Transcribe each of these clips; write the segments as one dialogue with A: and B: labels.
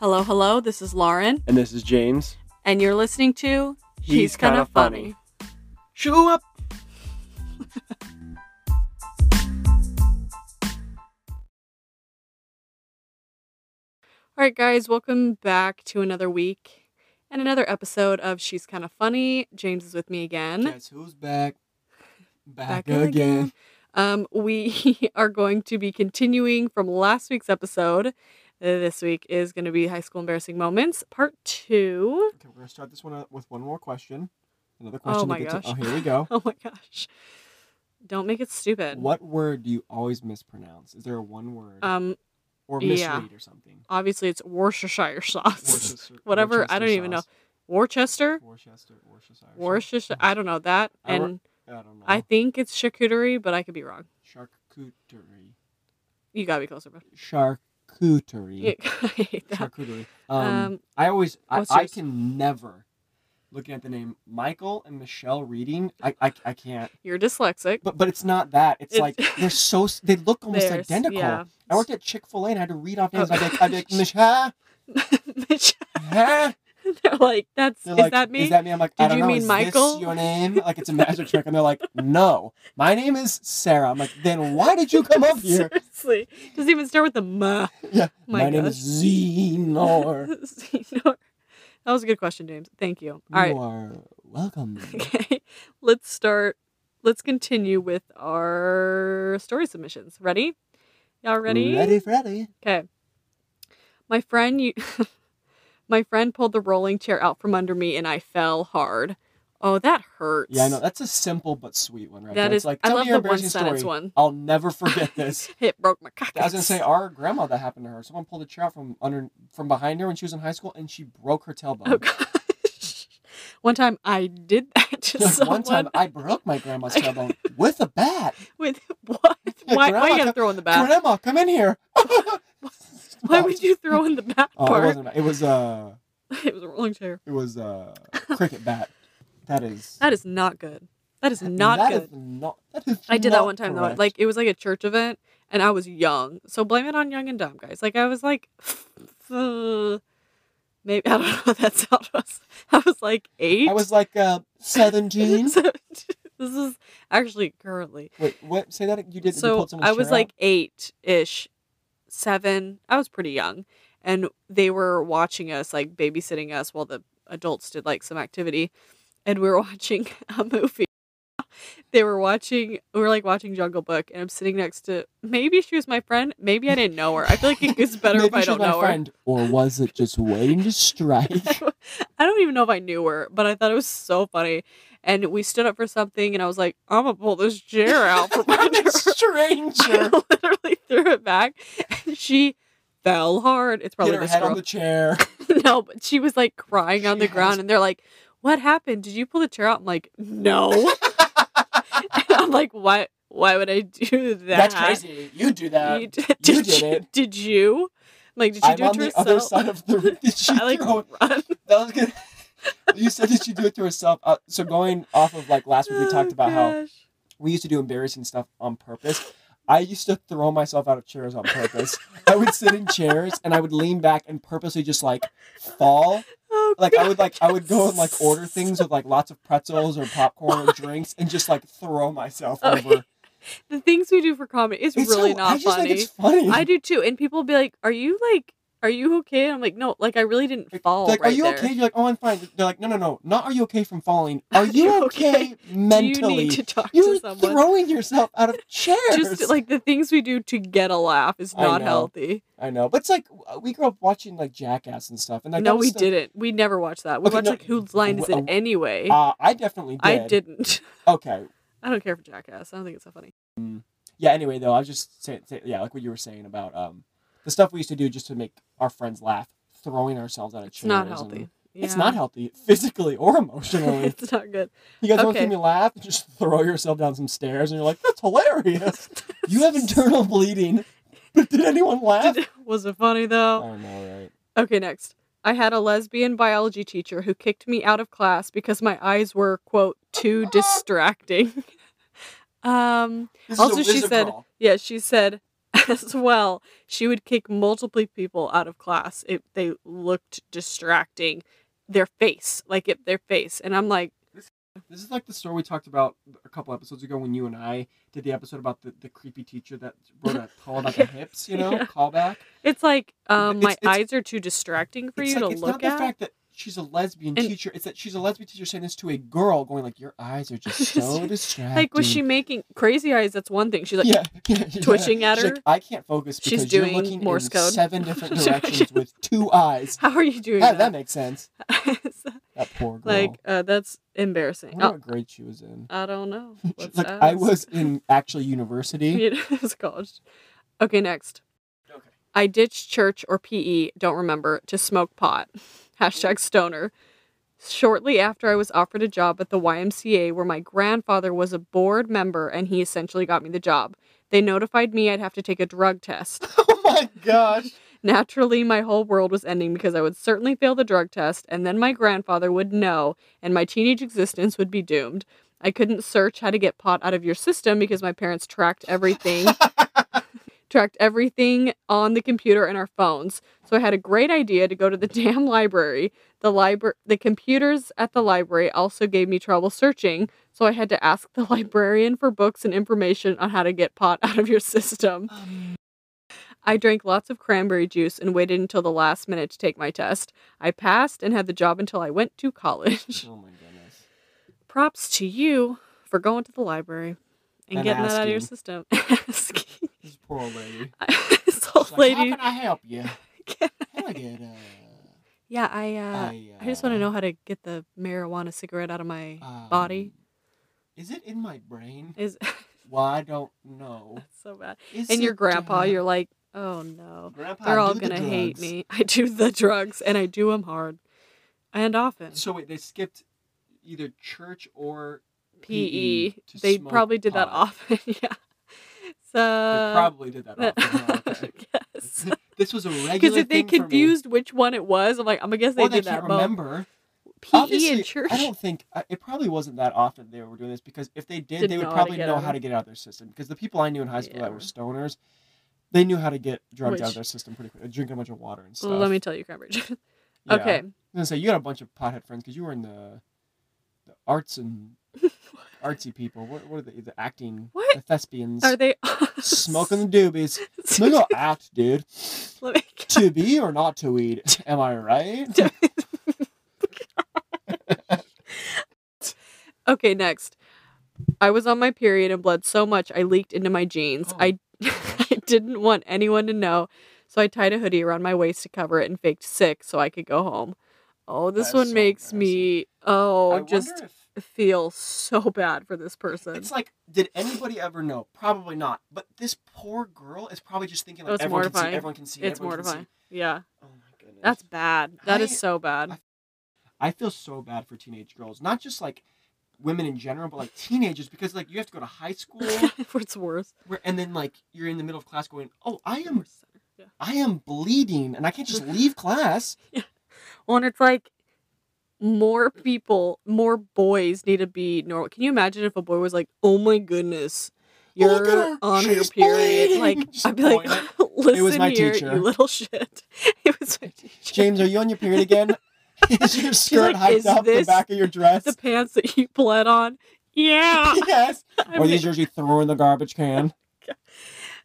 A: Hello, hello. This is Lauren,
B: And this is James.
A: and you're listening to
B: He's Kinda Funny. Show up!
A: All right, guys, welcome back to another week and another episode of She's Kind of Funny. James is with me again.
B: Guess who's back? Back,
A: Back again. Um, we are going to be continuing from last week's episode. Uh, This week is going to be High School Embarrassing Moments, part two.
B: Okay, we're gonna start this one out with one more question. Another
A: Oh
B: question. to
A: my
B: get to-
A: gosh.
B: oh, here we go.
A: Oh my gosh. Don't make it stupid.
B: what word do you always mispronounce? Is there a one word
A: Um,
B: or misread
A: yeah.
B: or something?
A: obviously, it's Worcestershire sauce.
B: Worcester-
A: Whatever, I
B: Worcester
A: don't even
B: sauce.
A: Worcester?
B: Worcester, Worcestershire. sauce.
A: Worcestershire. I don't know that.
B: I wor-
A: And
B: I don't know.
A: I think it's charcuterie, but I could be wrong.
B: Charcuterie.
A: You gotta be closer, bro.
B: Charcuterie.
A: Yeah, I hate that.
B: Charcuterie.
A: Um,
B: Um, I always, I,
A: what's
B: I
A: yours?
B: can never, looking at the name Michael and Michelle reading, I, I, I can't.
A: you're dyslexic.
B: But but it's not that. It's,
A: It's-
B: like they're so, s- they look almost
A: There's-
B: identical.
A: Yeah.
B: I worked at Chick Fil A and I had to read off names.
A: Oh.
B: I'd be like, I'd be like, Michelle, huh?
A: They're like, that's
B: They're
A: is
B: like,
A: that me?
B: Is that me? I'm like, I
A: Did
B: don't
A: you
B: know.
A: mean
B: is
A: Michael?
B: this your name? Like it's a magic trick, and they're like, no, my name is Sarah. I'm like, then why did you come up here?
A: Seriously, doesn't even start with the ma.
B: Yeah,
A: My,
B: my, name is Zenor.
A: Xenor. That was a good question, James. Thank you. All
B: You
A: right.
B: are welcome.
A: Okay. Let's start. Let's continue with our story submissions. Ready? Y'all ready?
B: Ready, Freddy.
A: Okay. My friend, you, my friend pulled the rolling chair out from under me, and I fell hard. Oh, that hurts.
B: Yeah, I know. That's a simple but sweet one, right?
A: That
B: there. It's
A: is-
B: like,
A: I
B: tell
A: love
B: me your
A: the one
B: embarrassing
A: sentence
B: story.
A: one.
B: I'll never forget this.
A: It broke my cock. Oh,
B: I was gonna say our grandma that happened to her. Someone pulled a chair out from under from behind her when she was in high school, and she broke her tailbone.
A: Oh gosh. One time I did that to
B: Like,
A: someone.
B: one time, I broke my grandma's
A: I-
B: tailbone with a bat.
A: with what? why,
B: Yeah,
A: why
B: grandma
A: you gotta
B: come-
A: throw in the bat?
B: Grandma, come in here.
A: Why would you throw in the bat
B: Oh, it
A: part?
B: wasn't. It was uh,
A: It, was a rolling chair.
B: it was uh, cricket bat. That is.
A: That is not good. That is not
B: that
A: good.
B: is not. That is.
A: I did that
B: not
A: one time
B: correct.
A: though. Like it was like a church event, and I was young, so blame it on young and dumb guys. Like I was like, uh, maybe I don't know what that sound was. I was like eight.
B: I was like uh, seventeen.
A: So, this is actually currently.
B: Wait, what? Say that you did. you
A: so
B: pulled someone's
A: I was
B: chair
A: like eight ish, seven. I was pretty young, and they were watching us, like babysitting us, while the adults did like some activity, and we were watching a movie. They were watching. We were like watching Jungle Book, and I'm sitting next to. Maybe she was my friend. Maybe I didn't know her. I feel like it gets
B: out?
A: better
B: Maybe
A: if I
B: she's
A: don't
B: my
A: know her.
B: friend, or was it just waiting to strike?
A: I don't even know if I knew her, but I thought it was so funny. And we stood up for something, and I was like, "I'm gonna pull this chair out from under
B: a
A: her."
B: stranger.
A: I literally threw it back, and she fell hard. It's
B: Hit
A: probably
B: her
A: this
B: head on
A: girl.
B: the chair.
A: no, but she was like crying on the
B: She
A: ground,
B: has-
A: and they're like, "What happened? Did you pull the chair out?" I'm like, "No." and I'm like, "Why? Why would I do that?"
B: That's crazy. You do that.
A: You, did, did
B: did
A: you,
B: it.
A: Did you? I'm like, did you
B: I'm
A: do it
B: on
A: to
B: the
A: yourself?
B: other side of the room. Did she
A: I like
B: throw it?
A: run.
B: That was good. You said that you do it to herself. Uh, so going off of like last week, we talked
A: Oh,
B: about how
A: gosh.
B: we used to do embarrassing stuff on purpose. I used to throw myself out of chairs on purpose. I would sit in chairs and I would lean back and purposely just like fall
A: Oh,
B: like I would like I
A: gosh.
B: would go and like order things with like lots of pretzels or popcorn or drinks and just like throw myself
A: Okay.
B: over.
A: The things we do for comedy is
B: It's
A: Oh, really
B: so-
A: not
B: I just
A: funny.
B: think it's funny.
A: I do too. And people be like, "Are you like, are you okay?" And I'm like, "No, like I really didn't
B: Like-
A: fall."
B: They're like,
A: right
B: are you
A: there.
B: okay? You're like, oh, I'm fine. They're like, no, no, no. Not are you okay from falling? Are you
A: you
B: okay mentally?
A: Do you need to talk
B: You're
A: to someone?
B: throwing yourself out of chairs.
A: Just like the things we do to get a laugh is
B: I
A: not
B: know.
A: healthy.
B: I know, but it's like uh, we grew up watching like Jackass and stuff, and like
A: no,
B: that was
A: we
B: stuff-
A: didn't. We never watched that. We
B: Okay,
A: watched
B: no,
A: like Whose Line Is It
B: w-
A: Anyway?
B: Uh, I definitely did.
A: I didn't.
B: Okay.
A: I don't care for Jackass. I don't think it's so funny.
B: Yeah. Anyway, though, I was just saying, say, yeah, like what you were saying about um, the stuff we used to do just to make our friends laugh, throwing ourselves out of
A: It's
B: chairs.
A: not
B: and-
A: healthy.
B: It's
A: Yeah.
B: not healthy physically or emotionally.
A: it's not good.
B: You guys want to
A: Okay.
B: make me laugh? Just throw yourself down some stairs, and you're like, "That's hilarious." you have internal bleeding, but did anyone laugh?
A: Was it funny though?
B: I know, right?
A: Okay, next. I had a lesbian biology teacher who kicked me out of class because my eyes were, quote, too distracting. um,
B: This
A: Also,
B: is a
A: she
B: wizard
A: said-
B: girl.
A: yeah, she said, as well. She would kick multiple people out of class if they looked distracting. Their face, like if their face, and I'm like,
B: This is like the story we talked about a couple episodes ago when you and I did the episode about the, the creepy teacher that wrote a call about the hips, you know,
A: Yeah.
B: callback.
A: it's like um,
B: It's-
A: my
B: it's-
A: eyes are too distracting for
B: it's
A: you
B: like,
A: to
B: it's
A: look
B: not the
A: at.
B: fact that she's a lesbian
A: And-
B: teacher. It's that she's a lesbian teacher saying this to a girl, going like, "Your eyes are just so distracting."
A: like was she making crazy eyes? That's one thing. She's like,
B: yeah, yeah, yeah.
A: twitching at
B: She's like,
A: her?
B: I can't focus
A: She's
B: because
A: doing
B: you're looking
A: Morse
B: in
A: code.
B: seven different
A: Sorry.
B: directions with two eyes.
A: how are you doing
B: How did
A: that?
B: that make sense?
A: So,
B: That poor girl.
A: like uh, that's
B: I
A: embarrassing.
B: wonder
A: Oh,
B: what grade she was in.
A: I don't know. Let's
B: like I
A: ask.
B: was in actually university.
A: You know, it's college. Okay, next.
B: Okay.
A: I ditched church or PE, don't remember, to smoke pot. Hashtag stoner. Shortly after, I was offered a job at the YMCA where my grandfather was a board member and he essentially got me the job. They notified me I'd have to take a drug test.
B: oh my gosh.
A: Naturally, my whole world was ending because I would certainly fail the drug test, and then my grandfather would know, and my teenage existence would be doomed. I couldn't search how to get pot out of your system because my parents tracked everything. tracked everything on the computer and our phones. So I had a great idea to go to the damn library. The library the computers at the library also gave me trouble searching, so I had to ask the librarian for books and information on how to get pot out of your system. I drank lots of cranberry juice and waited until the last minute to take my test. I passed and had the job until I went to college.
B: Oh my goodness.
A: Props to you for going to the library and,
B: And
A: getting that out of your
B: asking.
A: system. Asking.
B: This poor old lady.
A: this old
B: She's like,
A: lady.
B: How can I help you?
A: Can
B: Can I get uh,
A: Yeah, I uh,
B: I,
A: I
B: uh,
A: just want to know how to get the marijuana cigarette out of my
B: um,
A: body.
B: Is it in my brain?
A: Is
B: Well, I don't know.
A: so bad.
B: Is
A: And your
B: it,
A: grandpa,
B: uh,
A: you're like, "Oh no.
B: grandpa,
A: They're
B: I
A: all
B: do the
A: going to hate
B: drugs."
A: me. I do the drugs and I do them hard and often."
B: So wait, they skipped either church or
A: PE.
B: PE to
A: E. They
B: E, smoke
A: probably did that
B: pot.
A: often. yeah.
B: they
A: So
B: probably did that.
A: that-
B: often, huh? Okay.
A: yes.
B: this was a regular.
A: Because if they
B: thing for me.
A: confused which one it was, I'm like, I'm gonna guess they
B: or they
A: did
B: can't
A: that. E both.
B: remember.
A: PE
B: Obviously,
A: in church.
B: I don't think I- it probably wasn't that often they were doing this because if they did,
A: Didn't
B: they would
A: know how to
B: probably
A: get
B: know
A: out
B: how
A: of-
B: to get out of their system. Because the people I knew in high school that were
A: Yeah.
B: stoners, they knew how to get drugs out
A: Which-
B: of their system pretty quick, drinking a bunch of water and stuff.
A: Let me tell you, cranberry. juice.
B: Yeah. I
A: Okay.
B: was gonna say you had a bunch of pothead friends because you were in the, the arts and artsy people. What, what are they? The acting,
A: What?
B: the thespians,
A: Are they
B: smoking the doobies. They go act, dude.
A: Let me
B: To be or not to eat. Am I right?
A: Okay, next. I was on my period and bled so much I leaked into my jeans.
B: Oh,
A: I I didn't want anyone to know, so I tied a hoodie around my waist to cover it and faked sick so I could go home. Oh, this
B: That is
A: one
B: so
A: makes me oh
B: I
A: just
B: wonder if
A: feel so bad for this person.
B: It's like, did anybody ever know? Probably not. But this poor girl is probably just thinking like
A: That's
B: everyone can
A: mortifying.
B: see, everyone can see.
A: It's
B: everyone can see."
A: mortifying. Yeah,
B: Oh my goodness.
A: that's bad. That is
B: I-
A: so bad.
B: I- I feel so bad for teenage girls, not just like women in general, but like teenagers because like you have to go to high school
A: What's worse?
B: where, and then like you're in the middle of class going, oh, I am, I am bleeding, and I can't just leave class.
A: Well, and it's like more people, more boys need to be normal. Can you imagine if a boy was like, "Oh my goodness,
B: Oh, Look at
A: you're
B: her,
A: on your
B: she's
A: period"? Like,
B: bleeding. Just
A: I'd be like,
B: point
A: "Listen
B: my
A: here,
B: teacher.
A: you little shit." It was my teacher.
B: James, are you on your period again? is your skirt
A: like,
B: hiked
A: "Is
B: up
A: this
B: the back of your dress?
A: the pants that you bled on. Yeah.
B: yes.
A: I
B: Or
A: mean,
B: these yours you threw in the garbage can?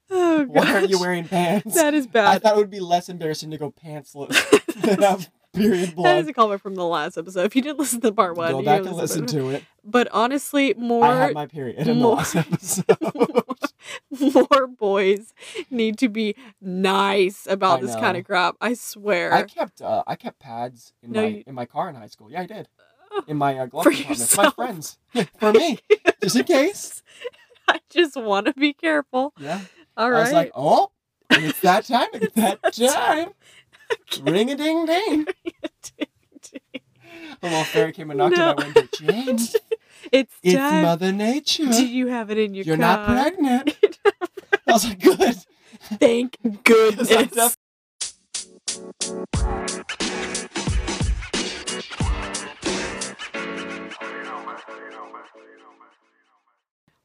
A: oh
B: Why aren't you
A: gosh.
B: wearing pants?
A: That is
B: I
A: bad.
B: thought it would be less embarrassing to go pantsless than have period
A: That is
B: blood.
A: a callback from the last episode. If you didn't listen to part one,
B: Go
A: you
B: back
A: gotta
B: and listen to it.
A: But honestly, more
B: I had my period in the
A: more-
B: last episode.
A: more boys need to be nice about
B: I
A: this kind
B: know.
A: of crap. I swear.
B: I kept uh, I kept pads in
A: No,
B: my
A: you-
B: in my car in high school. Yeah, I did.
A: Oh.
B: In my uh, glove
A: For
B: compartment. It's My
A: yourself.
B: friends. For me. Just in case.
A: I just want to be careful.
B: Yeah.
A: All
B: I
A: right.
B: was like, oh, it's that time. It's that time. Ring a ding ding. The little fairy came and knocked
A: No.
B: on my window. James,
A: it's
B: it's
A: time.
B: Mother Nature.
A: Do you have it in your
B: You're
A: car?
B: not pregnant. I was like, good.
A: Thank
B: 'Cause I
A: goodness.
B: def-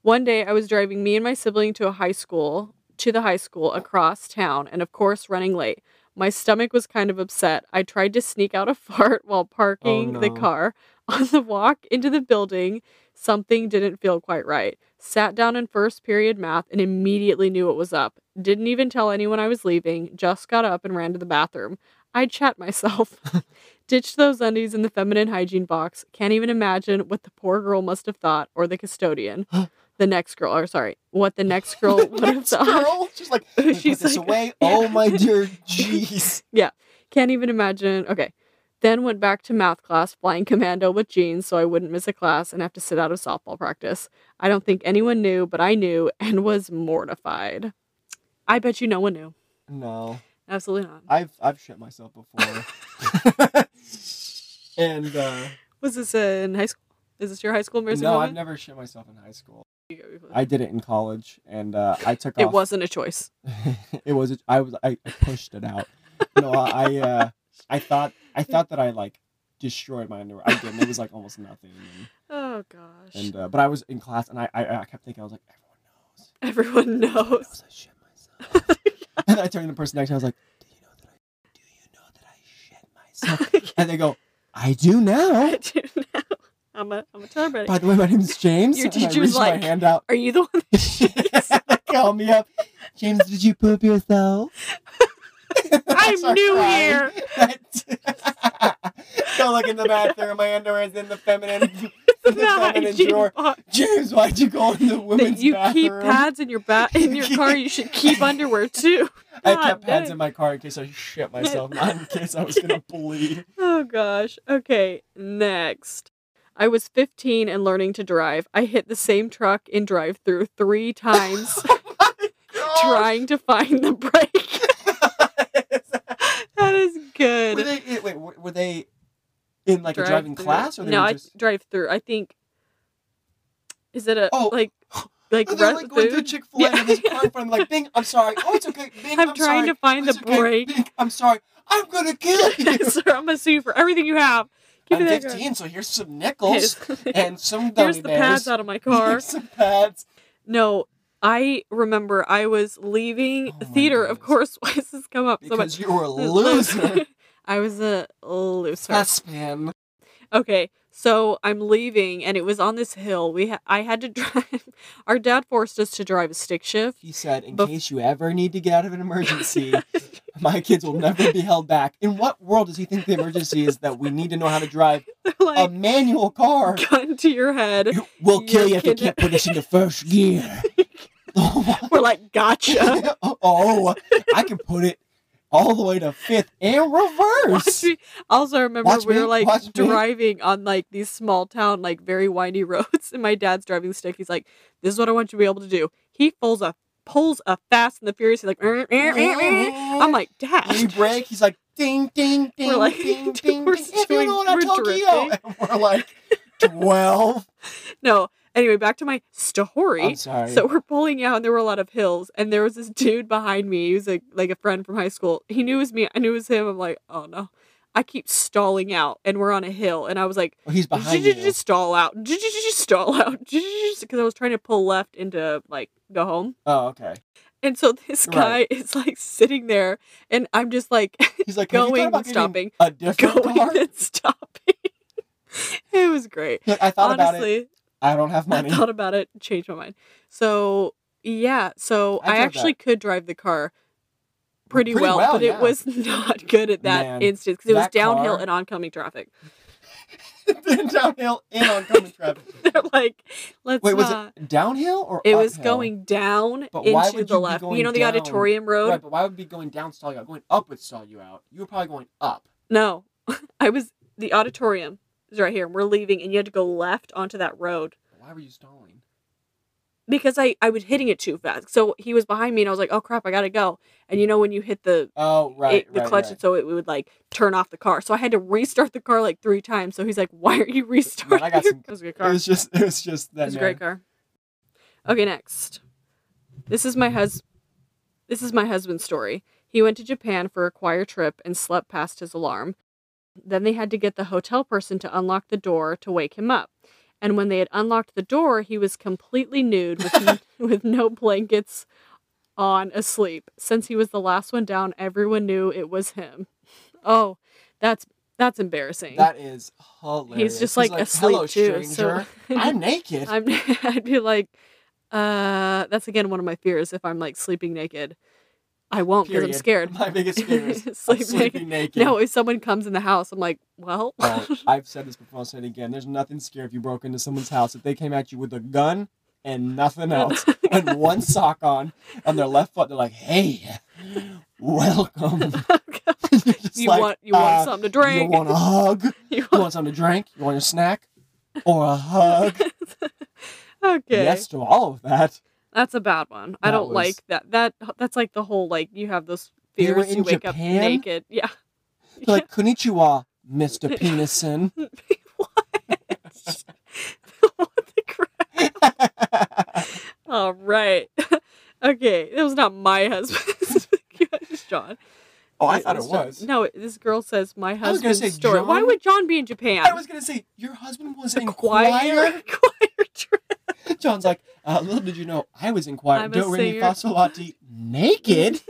A: One day I was driving me and my sibling to a high school to the high school across town and, of course, running late. My stomach was kind of upset. I tried to sneak out a fart while parking the
B: Oh, no.
A: car. On the walk into the building, something didn't feel quite right. Sat down in first period math and immediately knew what was up. Didn't even tell anyone I was leaving, just got up and ran to the bathroom. I chat myself. Ditched those undies in the feminine hygiene box. Can't even imagine what the poor girl must have thought, or the custodian. the next girl, or sorry, what the next girl would have
B: Next
A: thought.
B: girl. She's like, "Let me put
A: She's
B: this
A: like-
B: away. Oh my dear, jeez.
A: Can't even imagine. Okay. Then went back to math class, flying commando with jeans so I wouldn't miss a class and have to sit out of softball practice. I don't think anyone knew, but I knew and was mortified. I bet you no one knew.
B: No,
A: Absolutely not.
B: I've I've shit myself before. and uh,
A: Was this in high school? Is this your high school embarrassing
B: no, I've
A: moment?
B: never shit myself in high school. I did it in college, and uh, I took
A: it
B: off.
A: wasn't a choice.
B: it was. I was. I, I pushed it out. No, I. I, uh, I thought. I thought that I like destroyed my underwear. I didn't. It was like almost nothing.
A: Oh gosh.
B: And, and uh, but I was in class, and I, I. I kept thinking. I was like, everyone knows.
A: Everyone
B: Everyone
A: knows.
B: knows I shit myself. and I turned to the person next. to me, I was like, Do you know that I? Do you know that I shit myself? and they go, I do now.
A: I do now. I'm a I'm a target.
B: By the way, my name's James.
A: Your
B: and I
A: teacher was
B: reached
A: like-
B: my hand out.
A: Are you the one?
B: Call me up. James, did you poop yourself?
A: I'm
B: Start
A: new
B: crying.
A: here.
B: Go look in the bathroom. My underwear is in the feminine, in the
A: that I
B: feminine
A: didn't
B: drawer.
A: want-
B: James, why'd you go in the
A: that
B: women's
A: you keep
B: bathroom?
A: pads in your ba- in your car. You should keep underwear too.
B: I
A: God
B: kept pads
A: dang.
B: in my car in case I shit myself, not in case I was gonna bleed.
A: Oh gosh. Okay, next. I was 15 and learning to drive. I hit the same truck in drive-through 3 times
B: Oh.
A: trying to find the brake. That is
B: were
A: good.
B: they, eh, wait, were were they in like a driving
A: Drive-through.
B: class or they
A: No,
B: were
A: I
B: just?
A: drive-through. I think Is it a
B: Oh.
A: like like
B: Oh, they're
A: rest
B: like going through
A: food?
B: Chick Fil A
A: Yeah.
B: and there's a car in front of them, like, Bing, I'm sorry. Oh, it's okay, Bing,
A: I'm,
B: I'm
A: trying
B: sorry. Oh,
A: to find
B: It's
A: the
B: okay,
A: brake.
B: Bing, I'm sorry. I'm gonna kill you.
A: Sir, I'm gonna sue you for everything you have. Give
B: I'm
A: me that
B: 15, so here's some
A: car.
B: nickels and some gummy
A: Here's the
B: bears.
A: pads out of my car.
B: Here's some pads.
A: No, I remember I was leaving
B: Oh my
A: theater. Of
B: goodness.
A: course, why has this come up so much?
B: Because you were a loser.
A: I was a loser.
B: Yes, man.
A: Okay, so I'm leaving, and it was on this hill. We ha- I had to drive. Our dad forced us to drive a stick shift.
B: He said, in
A: Bef-
B: case you ever need to get out of an emergency, my kids will never be held back. In what world does he think the emergency is that we need to know how to drive
A: They're
B: a
A: like,
B: manual car?
A: gun to your head.
B: You- We'll kill
A: Your
B: you if you
A: kid-
B: can't put us into first gear.
A: We're like, gotcha.
B: oh, I can put it all the way to fifth and
A: Watch
B: reverse.
A: me. Also, I remember
B: Watch
A: we
B: me,
A: were like
B: watch me.
A: driving on like these small town, like very windy roads, and my dad's driving the stick. He's like, "This is what I want you to be able to do." He pulls a pulls a Fast and the Furious. He's like, "Er, er, er, er." "I'm like,
B: we
A: Dad,
B: break. He's like, ding, ding, ding,
A: We're like,
B: ding,
A: dude,
B: ding,
A: we're
B: ding. If
A: doing-
B: you want to
A: we're
B: Tokyo, and we're like, twelve.
A: no." Anyway, back to my
B: I'm
A: story.
B: sorry.
A: So we're pulling out, and there were a lot of hills, and there was this dude behind me. He was like, like a friend from high school. He knew it was me. I knew it was him. I'm like, "Oh no." I keep stalling out, and we're on a hill, and I was like.
B: Oh, he's behind you.
A: Just stall out. Just stall out. Because I was trying to pull left into like go home.
B: Oh, okay.
A: And so this guy
B: Right.
A: is like sitting there and I'm just like
B: He's like, have you
A: going
B: thought
A: and
B: about getting
A: stopping.
B: a different
A: Going
B: car.
A: and stopping. it was great.
B: Like, I thought about it.
A: Honestly,
B: I don't have money.
A: I thought about it, changed my mind. So yeah, so
B: I
A: I,
B: drove
A: actually could drive the car pretty,
B: Pretty
A: well,
B: well,
A: but
B: yeah.
A: it was not good at that
B: Man,
A: instance because it was
B: that
A: downhill
B: car-
A: and oncoming traffic.
B: Then downhill and oncoming traffic.
A: They're like, let's
B: Wait, was
A: not.
B: it downhill or
A: It was
B: uphill?
A: going down
B: But why
A: into
B: would
A: the
B: you be
A: left. You
B: going
A: know the
B: down?
A: auditorium road?
B: Right, but why would we be going down stall you out? Going up would stall you out. You were probably going up.
A: No. I was the auditorium is right here. and We're leaving and you had to go left onto that road
B: Why were you stalling?
A: because I I was hitting it too fast. So he was behind me and I was like, "Oh crap, I got to go." And you know when you hit the
B: Oh, right,
A: it, the
B: right,
A: clutch
B: right.
A: so it would like turn off the car. So I had to restart the car like 3 times. So he's like, "Why are you restarting?"
B: got
A: your-"
B: some-
A: It was a good
B: It
A: car.
B: was just, it was just
A: It
B: that.
A: was a great
B: man.
A: car. Okay, next. This is my hus. This is my husband's story. He went to Japan for a choir trip and slept past his alarm. Then they had to get the hotel person to unlock the door to wake him up. And when they had unlocked the door, he was completely nude with, with no blankets on asleep. Since he was the last one down, everyone knew it was him. Oh, that's that's embarrassing.
B: That is hilarious.
A: He's just like, asleep
B: Hello,
A: too.
B: stranger.
A: So
B: I'm naked.
A: I'm I'd be like, uh, that's again one of my fears. If I'm like sleeping naked, I won't because I'm
B: Period.
A: scared.
B: My biggest fear is I'm
A: Sleeping
B: sleeping naked.
A: No, if someone comes in the house, I'm like, well,
B: Well, I've said this before, I'll say it again. There's nothing scary if you broke into someone's house. If they came at you with a gun and nothing else, and one sock on, on their left foot, they're like, hey, welcome. You're just
A: you
B: like,
A: want you want
B: uh,
A: something to drink.
B: You want a hug?
A: You
B: You
A: want-
B: want something to drink? You want a snack? Or a hug?
A: okay,
B: Yes to all of that.
A: that's a bad one. I
B: That
A: don't
B: was-
A: like that. That that's like the whole like you have those
B: They were
A: fears.
B: in
A: you wake up
B: Japan?
A: naked. Yeah.
B: They're like, konnichiwa, Mr. Penison.
A: what the crap? All right. okay. That was not my husband. John.
B: oh, I
A: This
B: thought it
A: John.
B: was.
A: No, this girl says my
B: was gonna
A: husband's
B: say
A: story. Why
B: John.
A: would John be in Japan?
B: I was going to say, your husband was in choir?
A: choir. choir trip.
B: John's like, uh, little did you know, I was in choir.
A: I'm a
B: Do re mi
A: singer."
B: fa sol la ti naked.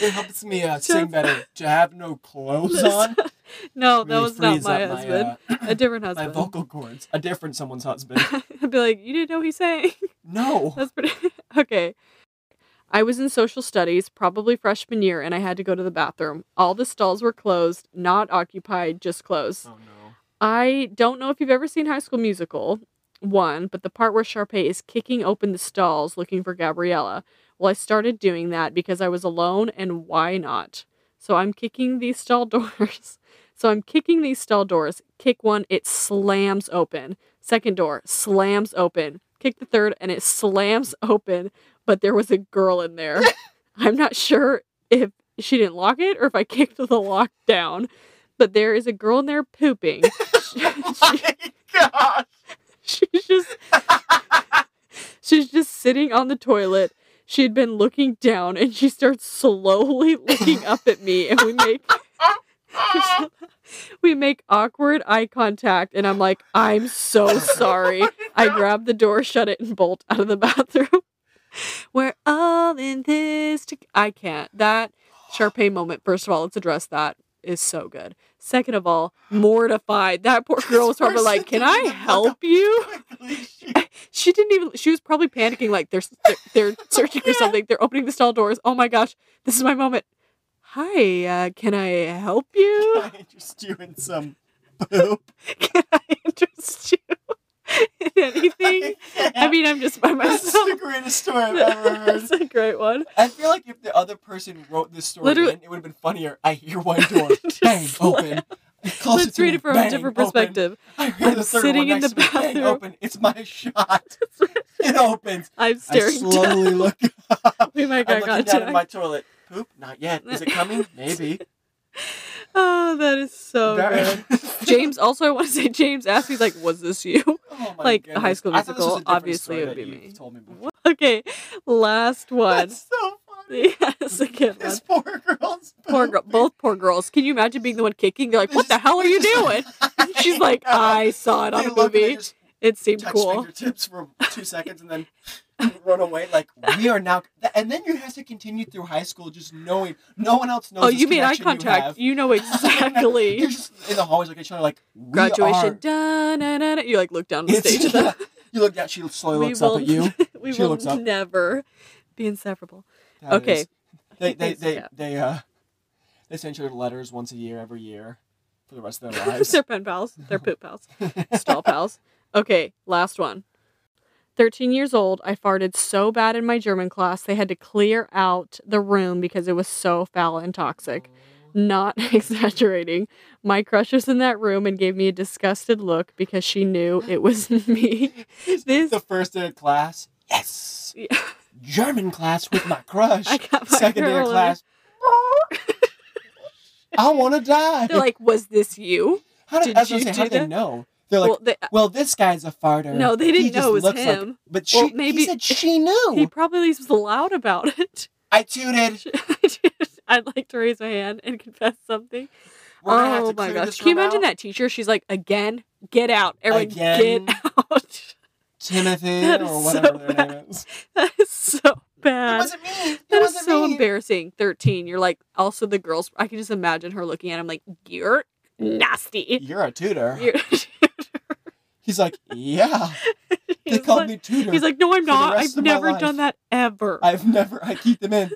B: it helps me uh, sing
A: Just-
B: better. To have no clothes
A: Listen,
B: on.
A: No, that
B: really
A: was not
B: frees
A: my
B: up
A: husband.
B: My, uh,
A: a different
B: my
A: husband.
B: vocal cords. A different someone's husband.
A: I'd be like, you didn't know he sang.
B: No. Oh,
A: That's pretty. okay. I was in social studies, probably freshman year, and I had to go to the bathroom. All the stalls were closed, not occupied, just closed.
B: Oh no.
A: I don't know if you've ever seen High School Musical, one, but the part where Sharpay is kicking open the stalls looking for Gabriella. Well, I started doing that because I was alone and why not? So I'm kicking these stall doors. So I'm kicking these stall doors. Kick one, it slams open. Second door slams open. Kick the third, and it slams open. But there was a girl in there. I'm not sure if she didn't lock it or if I kicked the lock down. But there is a girl in there pooping.
B: Oh My gosh.
A: She's just she's just sitting on the toilet. She had been looking down and she starts slowly looking up at me and we make
B: Oh,
A: we make awkward eye contact and I'm like, I'm so sorry. I grab the door, shut it, and bolt out of the bathroom. We're all in this to- I can't. That Sharpay moment, first of all, let's address that is so good. Second of all, mortified. That poor girl was probably
B: person
A: like, Can
B: didn't
A: I
B: even look
A: help
B: up."
A: you?
B: Quickly, she-
A: She didn't even. She was probably panicking, like they're they're, they're searching for something. They're opening the stall doors. Oh my gosh, this is my moment. Hi, uh, can I help you?
B: I interest you in some poop.
A: Can I interest you in anything? I mean, I'm just by
B: that's the
A: myself.
B: greatest story I've ever heard.
A: That's a great one.
B: I feel like if the other person wrote this story,
A: Literally-
B: in, it would have been funnier. I hear one door,
A: Just
B: bang,
A: slam.
B: open. Close
A: Let's read it from a different perspective.
B: I hear
A: I'm
B: the third
A: sitting
B: one
A: in
B: next
A: the
B: to me, bang,
A: bathroom.
B: open. It's my shot. it opens.
A: I'm
B: I
A: staring down.
B: slowly look up.
A: We might
B: I'm
A: got
B: looking down
A: contact.
B: at my toilet. Poop? Not yet. Is it coming? Maybe.
A: Oh, that is so good. James, also, I want to say, James asked, he's like, was this you?
B: Oh my
A: like, High School
B: I thought this was
A: Musical,
B: a different
A: obviously
B: story
A: it would
B: that
A: be
B: you
A: me.
B: Told me before.
A: What? Okay, last one.
B: That's so funny.
A: Yes, a good one.
B: This poor girl's
A: poor
B: poop.
A: girl, both poor girls. Can you imagine being the one kicking? They're like,
B: They
A: "What the
B: just-
A: hell are
B: they
A: you
B: just-
A: doing?" She's like, "I saw it on
B: They
A: the
B: look and they
A: movie.
B: just
A: It seemed
B: touch
A: cool."
B: fingertips for two seconds and then run away. Like we are now, and then you have to continue through high school just knowing no one else knows.
A: Oh,
B: this
A: you made eye
B: connection
A: contact.
B: You
A: You, know
B: have. You're
A: exactly.
B: just in the hallways like each other, like we
A: Graduation.
B: Are,
A: Da, na, na, na. You like look down at the
B: It's-
A: stage. and then
B: you look at. She slowly
A: we
B: looks
A: will.
B: up at you.
A: we
B: She
A: will
B: looks up.
A: never be inseparable.
B: That
A: Okay.
B: is- They they
A: It's-
B: they
A: yeah.
B: they uh they send each other letters once a year, every year, for the rest of their lives.
A: They're pen pals. They're poop pals. Stall pals. Okay, last one. 13 years old, I farted so bad in my German class, they had to clear out the room because it was so foul and toxic. Not exaggerating. My crush was in that room and gave me a disgusted look because she knew it was me. This
B: the first day of class. Yes.
A: Yeah.
B: German class with my crush.
A: I got my
B: Second year
A: girl in.
B: class. I want to die.
A: They're like, was this you?
B: how did,
A: did
B: I was gonna
A: you
B: say,
A: do
B: how did they
A: that?
B: know? They're like,
A: well,
B: well,
A: they,
B: this guy's a farter.
A: No, they didn't
B: He just
A: know it was
B: looks like-"
A: him.
B: but she
A: Well,
B: he
A: maybe-
B: said she knew.
A: he probably was loud about it.
B: I tooted.
A: I'd like to raise my hand and confess something.
B: We're gonna have
A: oh
B: to
A: my
B: clear
A: gosh.
B: this
A: Can you
B: room
A: imagine
B: out.
A: that teacher? She's like, again, get out. Everyone,
B: Again.
A: get out.
B: Timothy
A: That
B: or
A: is
B: whatever
A: so
B: their name is.
A: That is so
B: It
A: bad.
B: wasn't me. It
A: That is
B: wasn't
A: so
B: me.
A: embarrassing. 13. You're like, also the girls, I can just imagine her looking at him like, you're nasty.
B: You're a tutor.
A: You're,
B: He's like, yeah. They
A: he's
B: called
A: like-
B: me tutor.
A: He's like, no, I'm
B: for the
A: not.
B: rest
A: I've
B: of my
A: never
B: life."
A: done that ever.
B: I've never. I keep them in.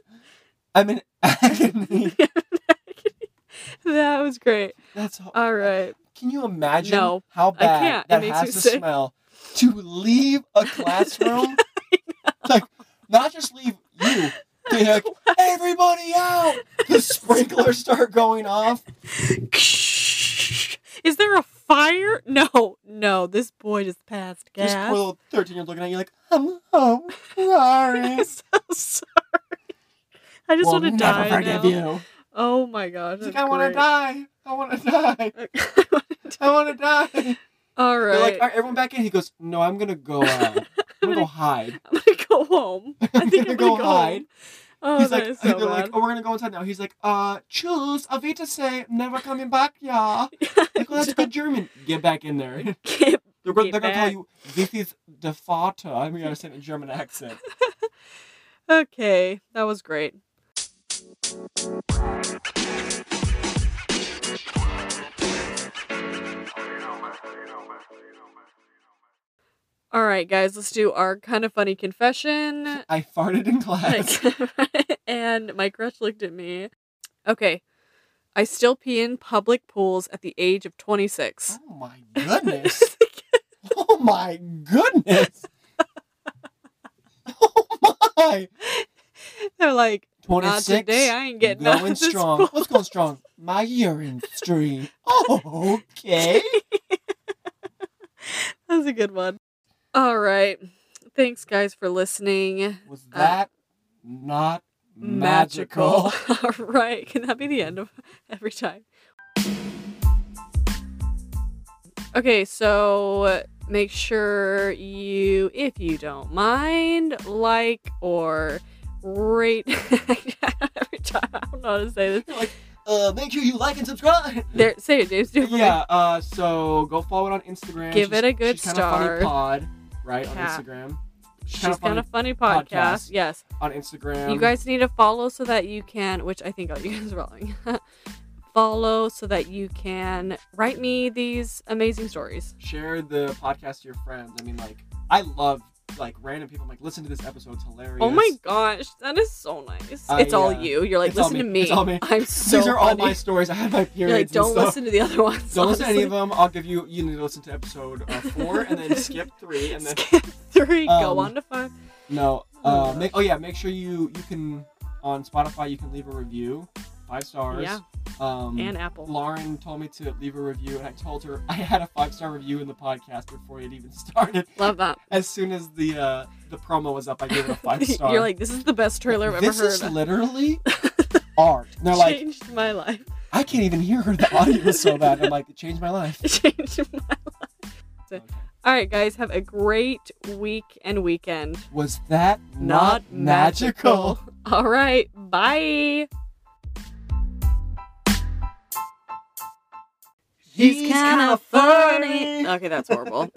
B: I'm in agony.
A: that was great.
B: That's all.
A: All right.
B: Can you imagine
A: No,
B: how bad
A: can't. It
B: that
A: makes
B: has
A: me
B: to
A: sick.
B: smell to leave a classroom? like, not just leave you. Be like, everybody out! The sprinklers start going off.
A: Is there a fire? No, no. This boy just passed
B: This poor
A: gas.
B: little 13 year old looking at you like, I'm home. Sorry.
A: I'm so sorry. I just
B: We'll
A: want to
B: never
A: die
B: forgive
A: now.
B: you.
A: Oh my gosh.
B: He's like,
A: that's
B: I want to
A: great.
B: die. I want to die. I want to die.
A: All
B: They're
A: right.
B: like, all right, everyone back in. He goes, no, I'm going to go out. I'm going to go hide.
A: I'm gonna go home. I think
B: gonna
A: I'm gonna
B: go
A: go,
B: hide.
A: home. Oh,
B: He's
A: that
B: like,
A: is
B: they're
A: so bad.
B: like, oh, we're gonna go inside now. He's like, uh, choose, avita say, never coming back, yeah. Like, well, that's good German. Get back in there.
A: Get-
B: They're, gonna-
A: Get
B: they're gonna call
A: back.
B: you, this is the Vater. I'm gonna say it in a German accent.
A: okay, that was great. All right, guys, let's do our kind of funny confession.
B: I farted in class.
A: Like, and my crush looked at me. Okay, I still pee in public pools at the age of 26.
B: oh my goodness. Oh my goodness. Oh my.
A: They're like,
B: 26.
A: Not today. I ain't getting out
B: going
A: of this
B: strong.
A: pool.
B: What's going strong? My urine stream. Oh, okay.
A: That's a good one. All right. Thanks, guys, for listening.
B: Was that not magical?
A: Uh, Magical. All right. Can that be the end of every time? Okay, so make sure you, if you don't mind, like or rate. every time. I don't know how to say this.
B: You're like, uh, make sure you like and subscribe.
A: There, say it, James. Do it for me.
B: yeah. Uh, so go follow it on Instagram.
A: Give it a good
B: she's Kinda funny
A: star.
B: pod, right on
A: Yeah.
B: Instagram.
A: She's
B: Kinda
A: kind of funny podcast.
B: podcast. Um,
A: Yes.
B: On Instagram.
A: you guys need to follow so that you can, which I think all you guys are following. follow so that you can write me these amazing stories.
B: share the podcast to your friends. I mean, like, I love like random people. I'm like, listen to this episode. It's hilarious.
A: Oh my gosh, that is so nice.
B: Uh,
A: it's all
B: yeah.
A: you. You're like,
B: It's all
A: listen to
B: me.
A: me.
B: It's all me.
A: I'm so.
B: These are all
A: funny.
B: my stories. I had my
A: You're like,
B: periods. and
A: don't
B: stuff.
A: listen to the other ones.
B: Don't listen to any of
A: honestly.
B: them. I'll give you. You need to listen to episode uh, four and then skip three and then
A: Skip three.
B: Um,
A: go on to five.
B: no.
A: Oh
B: Uh,
A: my
B: make, oh yeah, make sure you you can on Spotify. You can leave a review, five stars.
A: Yeah.
B: Um,
A: And Apple.
B: Lauren told me to leave a review, and I told her I had a five star review in the podcast before it even started.
A: Love that.
B: As soon as the uh, the promo was up, I gave it a five star.
A: You're like, this is the best trailer I've
B: this
A: ever
B: is
A: heard.
B: literally art. And they're like,
A: changed my life.
B: I can't even hear her. The audio is so bad. I'm like, it changed my life.
A: It changed my life.
B: Okay.
A: All right, guys, have a great week and weekend.
B: Was that
A: not,
B: not magical?
A: magical. All right. Bye.
B: He's kinda funny.
A: Okay, that's horrible.